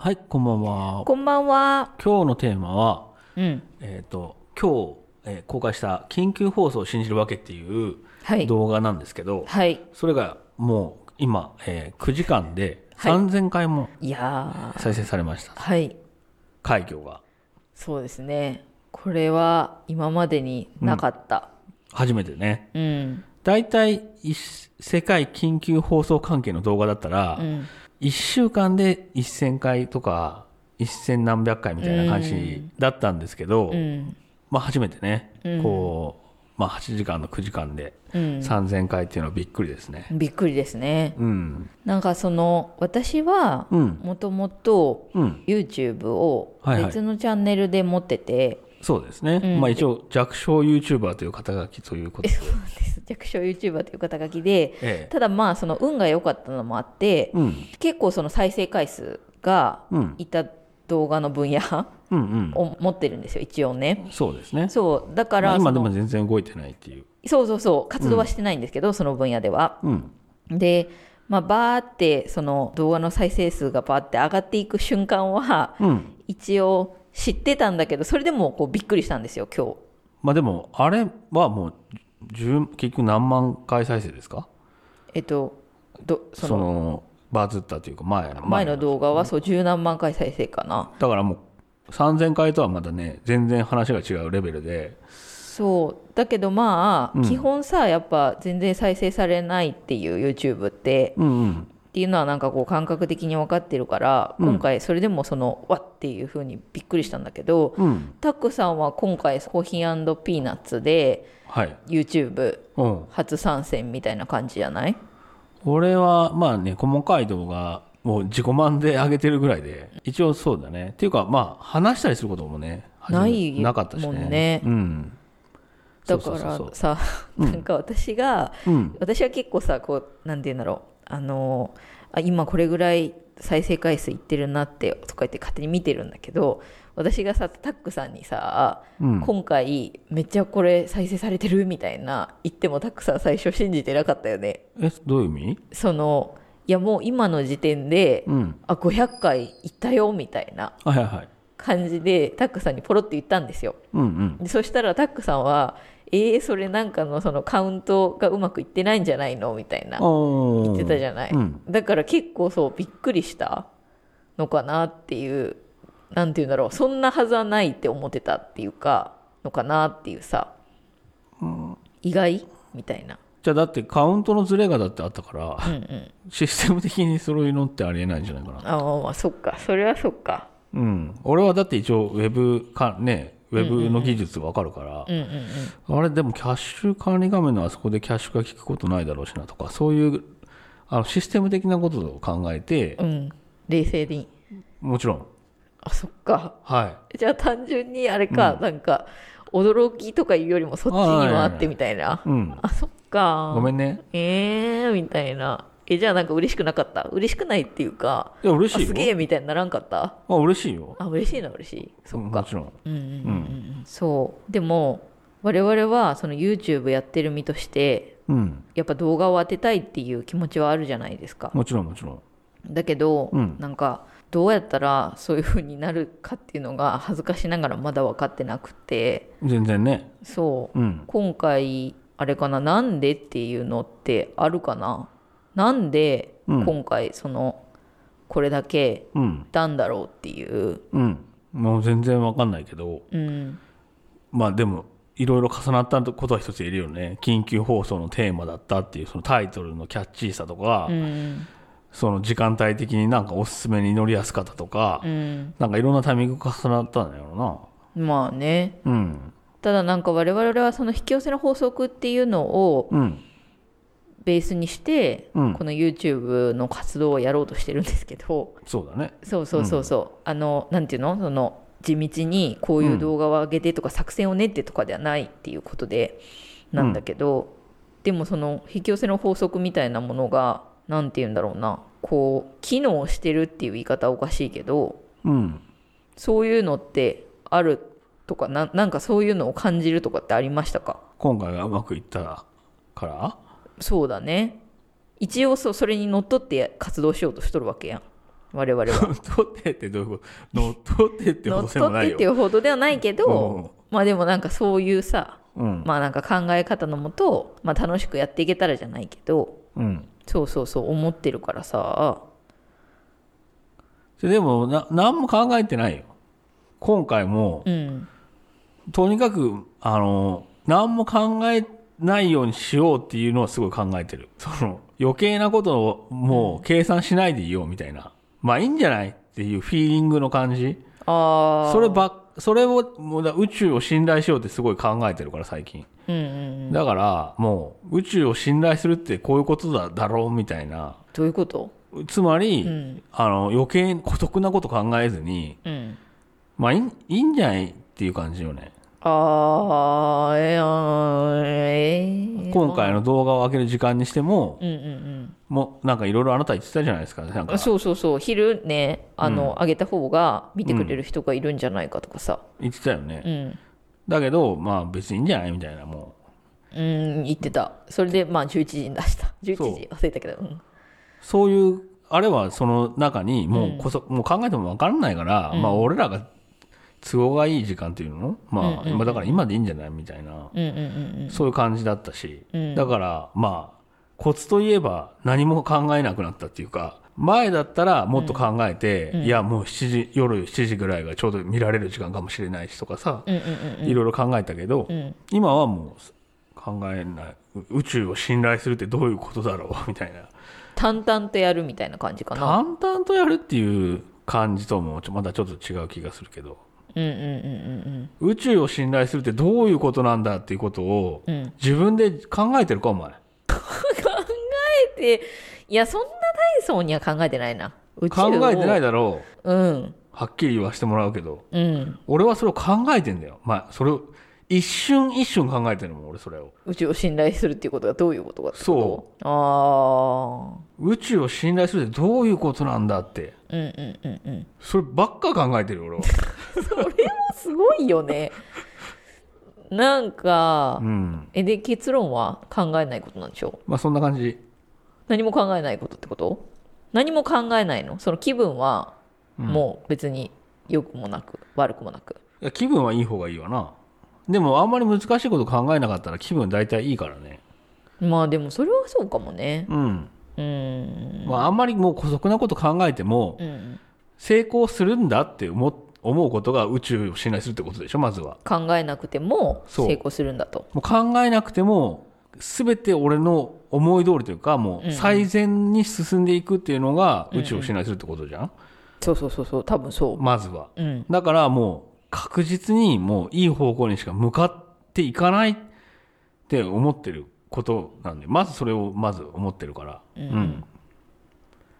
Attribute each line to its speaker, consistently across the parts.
Speaker 1: はい、こんばんは。
Speaker 2: こんばんは。
Speaker 1: 今日のテーマは、
Speaker 2: うん。
Speaker 1: えっ、と、今日、えー公開した緊急放送を信じるわけっていう
Speaker 2: はい。
Speaker 1: 動画なんですけど、
Speaker 2: はい。
Speaker 1: それがもう今、えー9時間で
Speaker 2: はい
Speaker 1: 3000回も
Speaker 2: いや
Speaker 1: 再生されました。
Speaker 2: ー。はい。
Speaker 1: 快挙が
Speaker 2: そうですね。これは今までになかった。
Speaker 1: 初めてね。
Speaker 2: うん。
Speaker 1: 大体、い世界緊急放送関係の動画だったら、
Speaker 2: うん
Speaker 1: 1週間で1000回とか、1000何百回みたいな感じだったんですけど、
Speaker 2: うん。
Speaker 1: まあ初めてね、
Speaker 2: うん
Speaker 1: こう、まあ8時間の9時間で
Speaker 2: うん。
Speaker 1: 3000回っていうのはびっくりですね。
Speaker 2: びっくりですね。
Speaker 1: うん。
Speaker 2: なんかその、私は、
Speaker 1: うん。
Speaker 2: もともと
Speaker 1: うん。
Speaker 2: YouTube を
Speaker 1: はいはい
Speaker 2: 別のチャンネルで持ってて、
Speaker 1: そうですね。
Speaker 2: うん
Speaker 1: まあ一応弱小 YouTuber という肩書きということで。
Speaker 2: 弱小 YouTuber という肩書きで、
Speaker 1: ええ。
Speaker 2: ただまあその運が良かったのもあって、
Speaker 1: うん。
Speaker 2: 結構その再生回数が
Speaker 1: うん。
Speaker 2: いた動画の分野
Speaker 1: うんうん。
Speaker 2: を持ってるんですよ、一応ね。
Speaker 1: そうですね。
Speaker 2: そうだか
Speaker 1: ま
Speaker 2: ら
Speaker 1: あ
Speaker 2: そ
Speaker 1: 今
Speaker 2: の
Speaker 1: でも全然動いてないっていう。
Speaker 2: そうそうそう活動はしてないんですけど、その分野では。
Speaker 1: うん。
Speaker 2: で、まあ、バーってその動画の再生数がバーって上がっていく瞬間は
Speaker 1: うん。
Speaker 2: 一応知ってたんだけどそれでもこうびっくりしたんですよ今日。
Speaker 1: まあでも、あれはもう、十結局何万回再生ですか
Speaker 2: えっとど
Speaker 1: そ
Speaker 2: そ
Speaker 1: の
Speaker 2: の
Speaker 1: バズったというか前の
Speaker 2: 前の動画はそう十何万回再生かな。
Speaker 1: だからもう3000回とはまだね全然話が違うレベルで
Speaker 2: そうだけどまあ、
Speaker 1: うん
Speaker 2: 基本さやっぱ全然再生されないっていう YouTube って
Speaker 1: うんうん
Speaker 2: っていうのはなんかこう感覚的に分かってるから、
Speaker 1: うん
Speaker 2: 今回それでもそのわっていう風にびっくりしたんだけど、
Speaker 1: うん
Speaker 2: タックさんは今回コーヒーピーナッツで
Speaker 1: はい
Speaker 2: YouTube
Speaker 1: うん
Speaker 2: 初参戦みたいな感じじゃない
Speaker 1: 俺はまあね細かい動画を自己満で上げてるぐらいで一応そうだねっていうかまあ話したりすることもね初め
Speaker 2: ない
Speaker 1: なかったしね
Speaker 2: もんね
Speaker 1: うんそ
Speaker 2: だ
Speaker 1: うそ
Speaker 2: か
Speaker 1: うそう
Speaker 2: ら
Speaker 1: そう
Speaker 2: さなんか私が、
Speaker 1: うん
Speaker 2: 私は結構さこうなんて言うんだろうあのあ今これぐらい再生回数いってるなってとか言って勝手に見てるんだけど私がさタックさんにさ、
Speaker 1: うん
Speaker 2: 今回めっちゃこれ再生されてるみたいな言ってもタックさん最初信じてなかったよね
Speaker 1: えどういう意味
Speaker 2: そのいやもう今の時点で、
Speaker 1: うん
Speaker 2: あ500回行ったよみたいな
Speaker 1: はいはいはい
Speaker 2: 感じでタックさんにポロって言ったんですよ
Speaker 1: うんうん
Speaker 2: でそしたらタックさんは「えー、それなんかのそのカウントがうまくいってないんじゃないの?」みたいな
Speaker 1: 言
Speaker 2: 言ってたじゃない、
Speaker 1: うん
Speaker 2: だから結構そうびっくりしたのかなっていうなんて言うんだろうそんなはずはないって思ってたっていうかのかなっていうさ、意外みたいな、
Speaker 1: じゃあだってカウントのズレがだってあったから、
Speaker 2: うんうん、
Speaker 1: システム的にそういうのってありえないんじゃないかな
Speaker 2: あーまあそっかそれはそっか
Speaker 1: うん、俺はだって一応ウェブかねウェブの技術わかるから、
Speaker 2: うんうんうん
Speaker 1: あれでもキャッシュ管理画面のあそこでキャッシュが効くことないだろうしなとかそういうあのシステム的なことを考えて、
Speaker 2: うん冷静に
Speaker 1: もちろん
Speaker 2: あそっか
Speaker 1: はい
Speaker 2: じゃあ単純にあれか、なんか驚きとかいうよりもそっちに回ってみたいな
Speaker 1: うん
Speaker 2: あそっか
Speaker 1: ごめんね
Speaker 2: えー、みたいなえじゃあなんか嬉しくなかった嬉しくないっていうか
Speaker 1: いや嬉
Speaker 2: あ
Speaker 1: し
Speaker 2: す
Speaker 1: い
Speaker 2: げ
Speaker 1: よ
Speaker 2: えみたいにならんかった
Speaker 1: あ嬉しいよ
Speaker 2: あ嬉しいな嬉しいそっ
Speaker 1: も
Speaker 2: か
Speaker 1: ちろん
Speaker 2: うんうんうんうんそうでも我々はその YouTube やってる身として
Speaker 1: うん
Speaker 2: やっぱ動画を当てたいっていう気持ちはあるじゃないですか
Speaker 1: もちろんもちろん
Speaker 2: だけど、
Speaker 1: うん
Speaker 2: なんかどうやったらそういう風になるかっていうのが恥ずかしながらまだ分かってなくて
Speaker 1: 全然ね
Speaker 2: そう
Speaker 1: うん
Speaker 2: 今回あれかななんでっていうのってあるかななんで
Speaker 1: うん
Speaker 2: 今回そのこれだけ
Speaker 1: うん
Speaker 2: いたんだろうっていう、
Speaker 1: うんもう全然わかんないけど
Speaker 2: うん、
Speaker 1: まあでもいろいろ重なったことは一つ言えるよね緊急放送のテーマだったっていうそのタイトルのキャッチーさとか、
Speaker 2: うん
Speaker 1: その時間帯的になんかおすすめに乗りやすかったとか、
Speaker 2: うん
Speaker 1: なんかいろんなタイミングが重なったんだろ
Speaker 2: まあね
Speaker 1: うなうん
Speaker 2: ただなんか我々はその引き寄せの法則っていうのを
Speaker 1: うん
Speaker 2: ベースにして
Speaker 1: うん
Speaker 2: この YouTube の活動をやろうとしてるんですけど
Speaker 1: そうだね
Speaker 2: そうそうそうそうあのなんていうのその地道にこういう動画を上げてとか作戦を練ってとかではないっていうことでなんだけど、でもその引き寄せの法則みたいなものがなんていうんだろうなこう機能してるっていう言い方はおかしいけど
Speaker 1: うん
Speaker 2: そういうのってあるとかななんかそういうのを感じるとかってありましたか
Speaker 1: 今回がうまくいったから
Speaker 2: そうだね一応そうそれにのっとって活動しようとしとるわけやん我々は。
Speaker 1: 乗 っ取ってってどういうこと乗っ取ってってほど
Speaker 2: 乗っ
Speaker 1: でも
Speaker 2: 取っ
Speaker 1: な
Speaker 2: て
Speaker 1: い
Speaker 2: っ
Speaker 1: よ
Speaker 2: て。いうほどではないけど、
Speaker 1: うん
Speaker 2: まあでもなんかそういうさ
Speaker 1: うん。
Speaker 2: まあなんか考え方のもと、まあ、楽しくやっていけたらじゃないけど
Speaker 1: うん。
Speaker 2: そうそうそう思ってるからさ
Speaker 1: それでもな、何も考えてないよ。今回も、
Speaker 2: うん
Speaker 1: とにかく、あの、何も考えないようにしようっていうのはすごい考えてる。その、余計なことをもう計算しないでいようみたいな。まあいいんじゃないっていうフィーリングの感じ。
Speaker 2: ああ
Speaker 1: そればっ、それを、もうだ宇宙を信頼しようってすごい考えてるから最近。
Speaker 2: うんうんうん
Speaker 1: だから、もう、宇宙を信頼するってこういうことだだろうみたいな。
Speaker 2: どういうこと
Speaker 1: つまり、
Speaker 2: うん
Speaker 1: あの、余計に孤独なこと考えずに、
Speaker 2: うん
Speaker 1: まあいい、いいんじゃないっていう感じよね。
Speaker 2: ああえーあーえー
Speaker 1: 今回の動画を上げる時間にしても、
Speaker 2: うんうん
Speaker 1: もうなんかいろいろあなた言ってたじゃないですか、なん
Speaker 2: う
Speaker 1: か
Speaker 2: んそうそうそう昼ねあの、上げた方が見てくれる人がいるんじゃないかとかさ
Speaker 1: 言ってたよね。
Speaker 2: うん、
Speaker 1: だけど、まあ別にいいんじゃないみたいな、も
Speaker 2: うん、言ってたそれでまあ11時に出した11
Speaker 1: そう
Speaker 2: 時忘れたけどうん
Speaker 1: う。そういう、あれはその中に、もうこそ、もう考えても分からないから、まあ俺らが都合がいい時間っていうのまあ、今だから今でいいんじゃないみたいな、
Speaker 2: うんうんうん
Speaker 1: そういう感じだったし、
Speaker 2: うん
Speaker 1: だからまあ、コツといえば何も考えなくなったっていうか、前だったらもっと考えて、いやもう7時、夜7時ぐらいがちょうど見られる時間かもしれないしとかさ、
Speaker 2: うんうんうん
Speaker 1: いろいろ考えたけど、
Speaker 2: ん
Speaker 1: 今はもう考えない宇宇宙を信頼するってどういうことだろうみたいな
Speaker 2: 淡々とやるみたいな感じかな
Speaker 1: 淡々とやるっていう感じともちょまたちょっと違う気がするけど
Speaker 2: うんうんうん
Speaker 1: 宇宙を信頼するってどういうことなんだっていうことを
Speaker 2: うんうんうん
Speaker 1: 自分で考えてるかお前
Speaker 2: でいやそんな大層には考えてないな宇宙
Speaker 1: 考
Speaker 2: を
Speaker 1: えてないだろう
Speaker 2: うん
Speaker 1: はっきり言わせてもらうけど
Speaker 2: うん
Speaker 1: 俺はそれを考えてんだよまあそれを一瞬一瞬考えてるもん俺それを
Speaker 2: 宇宙を信頼するっていうことがどういうことかって
Speaker 1: そ
Speaker 2: ことあ
Speaker 1: う宇宙を信頼するってどういうことなんだって
Speaker 2: あうんうんうんうん
Speaker 1: そればっか考えてるよ 俺は
Speaker 2: すごいよねなんか
Speaker 1: うん
Speaker 2: えで結論は考えないことなんでしょう
Speaker 1: まあそんな感じ。
Speaker 2: 何も考えないことってこと何も考えないのその気分はもう別に良くもなく悪くもなく
Speaker 1: いや気分はいい方がいいわな。でもあんまり難しいこと考えなかったら気分大体いいからね。
Speaker 2: まあでもそれはそうかもね
Speaker 1: うん。
Speaker 2: うん
Speaker 1: まああんまりもう姑息なこと考えても
Speaker 2: うん
Speaker 1: 成功するんだって思っ思うことが宇宙を信頼するってことでしょ、まずは。
Speaker 2: 考えなくても
Speaker 1: そう
Speaker 2: 成功するんだと
Speaker 1: もう考えなくても全て俺の思い通りというかもう最善に進んでいくっていうのが宇宙を信頼するってことじゃん、
Speaker 2: そうそうそうそう多分そ
Speaker 1: まずは。
Speaker 2: ううん
Speaker 1: だからもう確実にもういい方向にしか向かっていかないって思ってることなんで、まずそれをまず思ってるから。うん。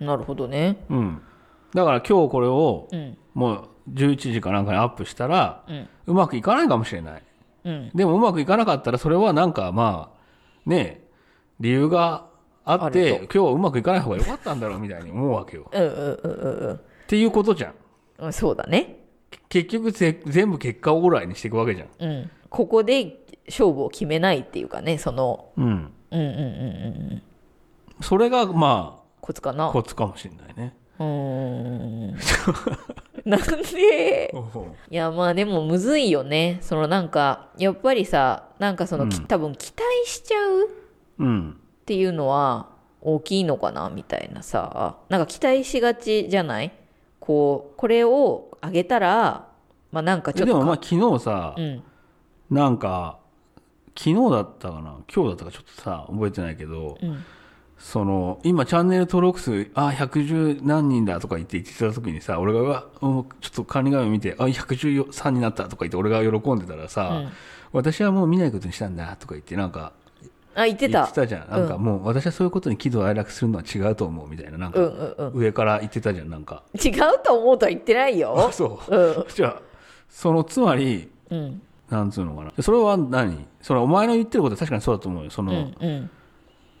Speaker 2: なるほどね
Speaker 1: うん。だから今日これを
Speaker 2: うん
Speaker 1: もう11時かなんかにアップしたら
Speaker 2: うん、
Speaker 1: うまくいかないかもしれない。
Speaker 2: うん
Speaker 1: でもうまくいかなかったらそれはなんかまあ、ねえ、理由があっ
Speaker 2: あ
Speaker 1: て、
Speaker 2: る
Speaker 1: 今日はうまくいかない方が良かったんだろうみたいに思うわけよ。
Speaker 2: うんうんうんうん
Speaker 1: っていうことじゃん。
Speaker 2: うんそうだね
Speaker 1: 結局ぜ全部結果オーライにしていくわけじゃん。
Speaker 2: うんここで勝負を決めないっていうかねその
Speaker 1: うん。
Speaker 2: うんうんうんうんうん
Speaker 1: それがまあ、
Speaker 2: コツかな
Speaker 1: コツかもしれないね。
Speaker 2: うーんなんでいやまあでもむずいよねそのなんかやっぱりさなんかその、き多分期待しちゃう
Speaker 1: うん。
Speaker 2: っていうのは大きいのかなみたいなさなんか期待しがちじゃないこうこれを上げたらまあなんかちょ
Speaker 1: え
Speaker 2: っ
Speaker 1: で
Speaker 2: と
Speaker 1: もまあ昨日さ
Speaker 2: う、ん
Speaker 1: なんか、昨日だったかな今日だったかちょっとさ、覚えてないけど、
Speaker 2: うん
Speaker 1: その、今チャンネル登録数、あ、110何人だとか言って言ってた時にさ、俺が、うわ、うんちょっと管理画面見て、あ、113になったとか言って俺が喜んでたらさ、
Speaker 2: うん
Speaker 1: 私はもう見ないことにしたんだとか言って、なんか、
Speaker 2: あ言って
Speaker 1: 言
Speaker 2: た
Speaker 1: ってたじゃん。なんかもう、私はそういうことに喜怒哀楽するのは違うと思うみたいな、なん
Speaker 2: うん
Speaker 1: か、
Speaker 2: うんうん
Speaker 1: 上から言ってたじゃん、なんか。
Speaker 2: 違うと思うとは言ってない
Speaker 1: あ、
Speaker 2: よ
Speaker 1: そうう。じゃあ、その、つまり、
Speaker 2: うん
Speaker 1: なんつうのかな。それは何それお前の言ってることは確かにそうだと思うよ。その、
Speaker 2: うんうん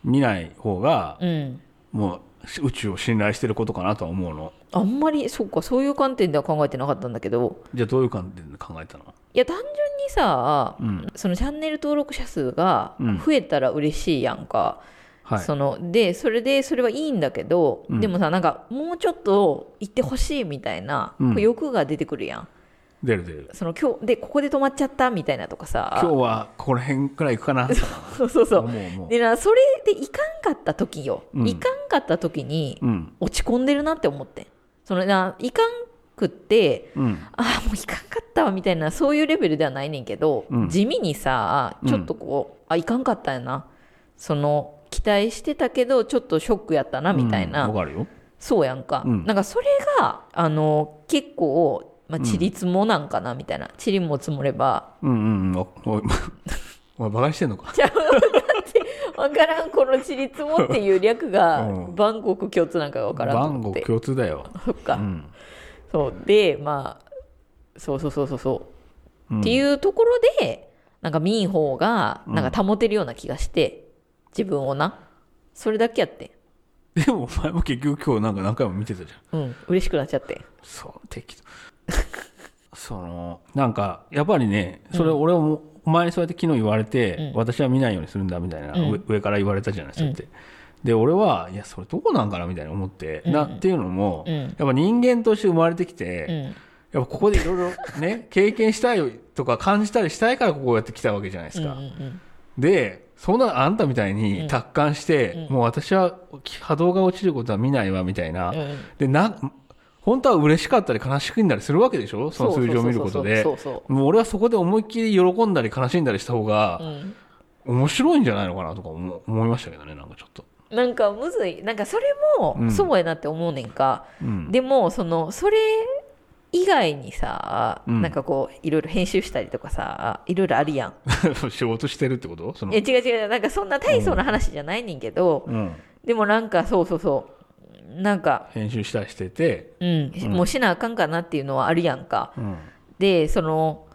Speaker 1: 見ない方が、
Speaker 2: うん
Speaker 1: もうし宇宙を信頼してることかなとは思うの。
Speaker 2: あんまりそうかそういう観点では考えてなかったんだけど
Speaker 1: じゃあどういう観点で考えたの
Speaker 2: いや単純にさ、
Speaker 1: うん
Speaker 2: そのチャンネル登録者数が
Speaker 1: うん
Speaker 2: 増えたら嬉しいやんか、
Speaker 1: はい。
Speaker 2: そのでそれでそれはいいんだけど、
Speaker 1: うん
Speaker 2: でもさなんかもうちょっと行ってほしいみたいな、
Speaker 1: うん
Speaker 2: こう欲が出てくるやん
Speaker 1: 出る出る。
Speaker 2: その今日でここで止まっちゃったみたいなとかさ
Speaker 1: 今日はここら辺くらい行くかな。
Speaker 2: そうそうそう
Speaker 1: もうもう。
Speaker 2: でなそれでいかんかった時よ、
Speaker 1: うん
Speaker 2: いかんかった時に
Speaker 1: うん。
Speaker 2: 落ち込んでるなって思ってんそのないかんくって
Speaker 1: うん。
Speaker 2: ああもういかんかったわみたいなそういうレベルではないねんけど、
Speaker 1: うん
Speaker 2: 地味にさちょっとこう、あいかんかったんやなその期待してたけどちょっとショックやったなみたいな、
Speaker 1: うんわかるよ。
Speaker 2: そうやんか、
Speaker 1: うん
Speaker 2: なんかそれがあの結構まあ、ちりつもなんかなみたいな、ちりも積もれば
Speaker 1: うんうんうん。おおい、お前バカにしてんの か。
Speaker 2: 分からんこのちりつもっていう略が
Speaker 1: うん
Speaker 2: 万国共通なんかが分からんと
Speaker 1: 番
Speaker 2: 思
Speaker 1: 号
Speaker 2: って
Speaker 1: 共通だよ。
Speaker 2: そっか、
Speaker 1: うん。
Speaker 2: そうでまあそうそうそうそうそううんっていうところでなんか民法がなんか保てるような気がして、自分をなそれだけやって
Speaker 1: でもお前も結局今日なんか何回も見てたじゃん。
Speaker 2: うん嬉しくなっちゃって
Speaker 1: そう、 適当。その、なんか、やっぱりね、それ俺も、お前にそうやって昨日言われて、
Speaker 2: うん
Speaker 1: 私は見ないようにするんだみたいな、
Speaker 2: うん
Speaker 1: 上上から言われたじゃない、そうやって。で、俺は、いや、それどうなんかなみたいな思って、
Speaker 2: うん
Speaker 1: なっていうのも、
Speaker 2: うん
Speaker 1: やっぱ人間として生まれてきて、
Speaker 2: うん
Speaker 1: やっぱここでいろいろね、 経験したいとか感じたりしたいからここやってきたわけじゃないです
Speaker 2: うんう
Speaker 1: か。
Speaker 2: ん
Speaker 1: で、そんなあんたみたいうに
Speaker 2: ん
Speaker 1: 達観して、もう私は波動が落ちることは見ないわみたいな。
Speaker 2: うんうん
Speaker 1: で、な、本当は嬉しかったり悲しくんだりするわけでしょその数字を見ることで
Speaker 2: そ。うそう
Speaker 1: もう俺はそこで思いっきり喜んだり悲しんだりした方
Speaker 2: そうそう、
Speaker 1: が
Speaker 2: うん
Speaker 1: 面白いんじゃないのかなとか思思いましたけどね、なんかちょっと。
Speaker 2: なんかむずいなんかそれ
Speaker 1: う
Speaker 2: も
Speaker 1: ん
Speaker 2: そうやなって思うねんか、
Speaker 1: うん。
Speaker 2: でもそのそれ以外にさ、
Speaker 1: うん
Speaker 2: なんかこういろいろ編集したりとかさいろいろあるやん
Speaker 1: 仕事してるってことその
Speaker 2: いや。違う違うなんかそんな大層な話じゃないねんけど、
Speaker 1: うん。
Speaker 2: でもなんかそうそうそうなんか
Speaker 1: 編集したりしてて。
Speaker 2: うん、もうしなあかんかなっていうのはあるやんか
Speaker 1: うん。
Speaker 2: でその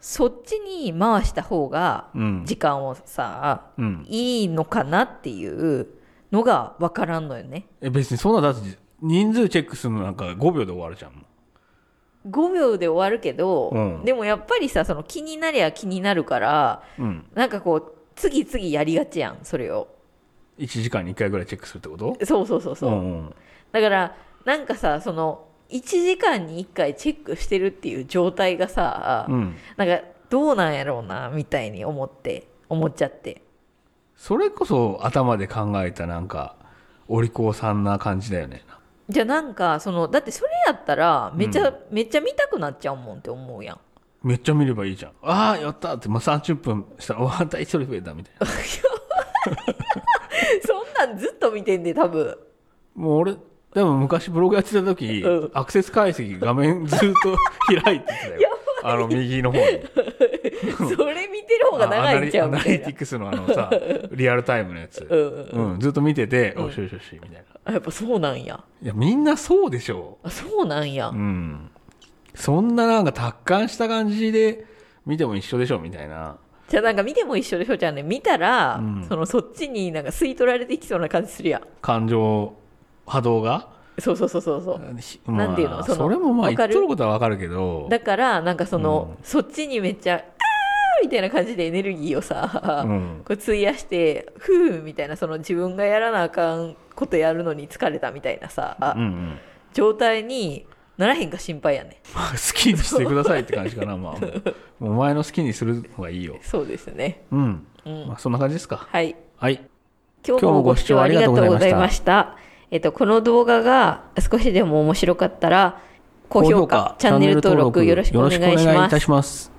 Speaker 2: そっちに回した方が
Speaker 1: うん。
Speaker 2: 時間をさ、
Speaker 1: うん。
Speaker 2: いいのかなっていうのが分からんのよね
Speaker 1: え、別にそんな、だって人数チェックするのなんか5秒で終わるじゃん。もう
Speaker 2: 5秒で終わるけど、
Speaker 1: うん
Speaker 2: でもやっぱりさその気になりゃ気になるから
Speaker 1: うん。
Speaker 2: なんかこう次々やりがちやんそれを
Speaker 1: 1時間に1回ぐらいチェックするってこと
Speaker 2: そうそうそうそう、
Speaker 1: んん
Speaker 2: だからなんかさその1時間に1回チェックしてるっていう状態がさ、
Speaker 1: うん。
Speaker 2: なんかどうなんやろうなみたいに思って思っちゃって
Speaker 1: それこそ頭で考えたなんか、お利口さんな感じだよね。
Speaker 2: じゃあなんかそのだってそれやったらめちゃ、めっちゃ見たくなっちゃうもんって思うやん
Speaker 1: めっちゃ見ればいいじゃん。ああ、やったって、まあ、30分したら、わあ、また一人増えたみたいな。
Speaker 2: そんなんずっと見てんで多分
Speaker 1: もう俺、でも昔ブログやってた時、
Speaker 2: うん
Speaker 1: アクセス解析画面ずっと 開いてたよ。あの、右の方に。
Speaker 2: それ見てる方が長いんちゃう
Speaker 1: ア
Speaker 2: み
Speaker 1: ナ
Speaker 2: た
Speaker 1: リアナリ
Speaker 2: いな
Speaker 1: ティクスのあのさ、リアルタイムのやつ。
Speaker 2: うんうん
Speaker 1: うん、ずっと見てて、おしよしよし、みたいな。
Speaker 2: あやっぱそうなんや
Speaker 1: いや、みんなそうでしょう。
Speaker 2: あそうなんや、
Speaker 1: うん。そんななんか達観した感じで見ても一緒でしょみたいな。
Speaker 2: じゃあなんか見ても一緒でしょじゃあね見たら、
Speaker 1: うん
Speaker 2: そのそっちになんか吸い取られていきそうな感じするやん
Speaker 1: 感情、波動が。
Speaker 2: そうそうそうそうそう
Speaker 1: ひ
Speaker 2: なんていうの
Speaker 1: まあ
Speaker 2: その
Speaker 1: それもまあ
Speaker 2: わ
Speaker 1: 言
Speaker 2: か
Speaker 1: っ
Speaker 2: る
Speaker 1: とることはわかるけど。
Speaker 2: だからなんかその、
Speaker 1: う
Speaker 2: そっちにめっちゃ「あー」みたいな感じでエネルギーをさ、
Speaker 1: うん。
Speaker 2: こう費やして「ふう」みたいなその自分がやらなあかんことやるのに疲れたみたいなさ、
Speaker 1: うんうん。
Speaker 2: 状態にならへんか心配やね
Speaker 1: まあ好きにしてくださいって感じかな。まあ、も うもうお前の好きにする方がいいよ。
Speaker 2: そうですね
Speaker 1: うん。
Speaker 2: うん
Speaker 1: まあそんな感じですか。
Speaker 2: はい
Speaker 1: はい。
Speaker 2: 今日もご視聴ありがとうございましたえっと、この動画が少しでも面白かったら高評価チャンネル登録よろしくお願いし
Speaker 1: よろしくお願い
Speaker 2: ま
Speaker 1: い
Speaker 2: す
Speaker 1: たします。